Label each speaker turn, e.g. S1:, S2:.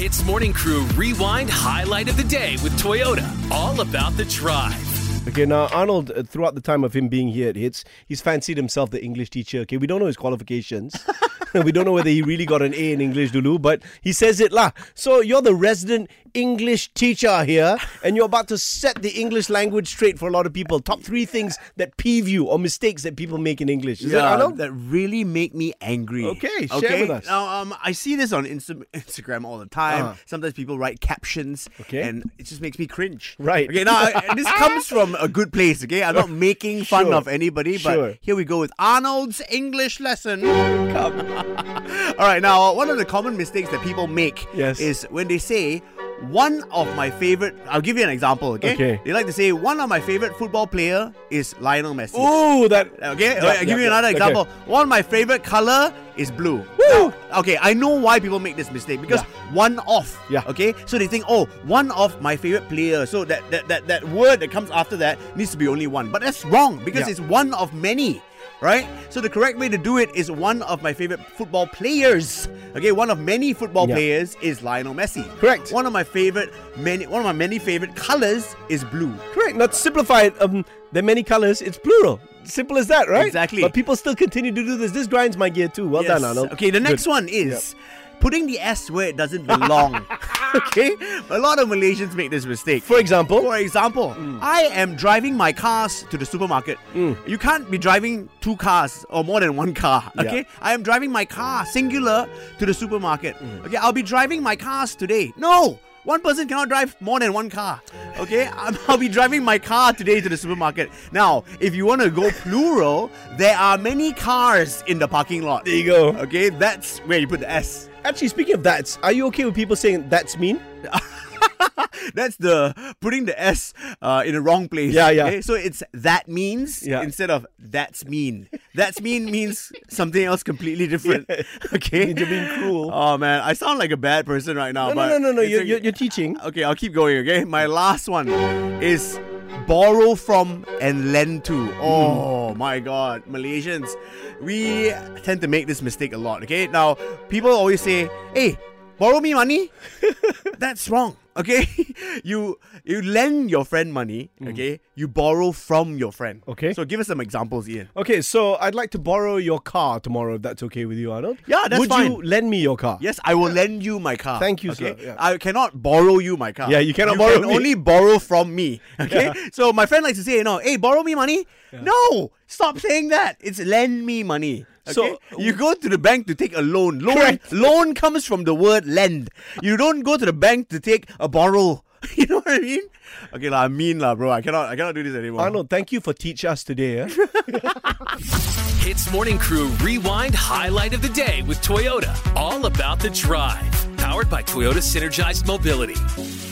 S1: Hits Morning Crew Rewind Highlight of the Day with Toyota. All about the drive.
S2: Okay, now Arnold, uh, throughout the time of him being here at Hits, he's fancied himself the English teacher. Okay, we don't know his qualifications. we don't know whether he really got an A in English, Dulu, but he says it lah. So you're the resident English teacher here, and you're about to set the English language straight for a lot of people. Top three things that peeve you or mistakes that people make in English. Is that Arnold?
S3: that really make me angry.
S2: Okay, share with us. Uh-huh.
S3: Now, um, I see this on Insta- Instagram all the time. Sometimes people write captions,
S2: Okay.
S3: and it just makes me cringe.
S2: Right.
S3: Okay, now I- and this comes from a good place. Okay, I'm not making fun
S2: Sure.
S3: of anybody, but
S2: Sure.
S3: here we go with Arnold's English lesson. Come. all right, now one of the common mistakes that people make
S2: Yes.
S3: is when they say. One of my favorite, I'll give you an example, okay?
S2: Okay.
S3: They like to say one of my favorite football player is Lionel Messi.
S2: Ooh, that
S3: Okay,
S2: Yeah,
S3: I'll give
S2: yeah,
S3: you
S2: yeah.
S3: another
S2: Okay.
S3: example. One of my favorite color is blue.
S2: Woo!
S3: Now, okay, I know why people make this mistake because one off.
S2: Yeah.
S3: Okay, so they think, oh, one of my favorite player. So that that, that that word that comes after that needs to be only one, but that's wrong because
S2: Yeah.
S3: it's one of many. Right? So the correct way to do it is one of my favorite football players. Okay, one of many football
S2: Yeah.
S3: players is Lionel Messi.
S2: Correct.
S3: One of my favorite many one of my many favorite colors is blue.
S2: Correct. Now, to simplify it, um, there are many colors. It's plural. Simple as that, right?
S3: Exactly.
S2: But people still continue to do this. This grinds my gear too. Well
S3: Yes.
S2: done, Arnold.
S3: Okay, the next
S2: Good.
S3: one is putting the S where it doesn't belong. okay? A lot of Malaysians make this mistake.
S2: For example, Hmm.
S3: For example, I am driving my cars to the supermarket. You can't be driving two cars or more than one car.
S2: Yeah.
S3: Okay? I am driving my car, singular, to the supermarket.
S2: Hmm.
S3: Okay, I'll be driving my cars today. No! One person cannot drive more than one car. Okay? I'm- I'll be driving my car today to the supermarket. Now, if you want to go plural, there are many cars in the parking lot.
S2: there you go.
S3: Okay, that's where you put the S.
S2: Actually, speaking of that, are you okay with people saying that's mean?
S3: That's the putting the S uh, in the wrong place.
S2: Yeah, yeah.
S3: Okay, so it's that means
S2: Yeah.
S3: instead of that's mean. That's mean means something else completely different. Okay,
S2: You're being cruel.
S3: Oh man, I sound like a bad person right now.
S2: No,
S3: but
S2: no, no, no, no.
S3: it's
S2: You're,
S3: okay.
S2: you're, you're teaching.
S3: Okay, I'll keep going. Okay, my last one is borrow from and lend to. Oh my God, Malaysians, we tend to make this mistake a lot. Okay, now people always say, "Hey, borrow me money." That's wrong. Okay, you you lend your friend money. Okay, you borrow from your friend.
S2: Okay.
S3: so give us some examples, Ian.
S2: Okay, so I'd like to borrow your car tomorrow, if that's okay with you, Arnold.
S3: Yeah, that's
S2: Would you
S3: fine.
S2: lend me your car?
S3: Yes, I will lend you my car.
S2: Thank you,
S3: okay?
S2: sir. Yeah.
S3: I cannot borrow you my car.
S2: Yeah, you cannot borrow
S3: can
S2: me.
S3: only borrow from me. Okay. So my friend likes to say, you know, hey, borrow me money. No, stop saying that. It's lend me money.
S2: So-
S3: Okay? you go to the bank to take a loan. Loan
S2: Correct.
S3: loan comes from the word lend. You don't go to the bank to take a borrow. You know what I mean? Okay, lah, I mean lah, bro. I cannot I cannot do this anymore.
S2: Arnold, thank you for teach us today. eh?
S1: Hits Morning Crew Rewind Highlight of the Day with Toyota. All about the drive. Powered by Toyota Synergized Mobility.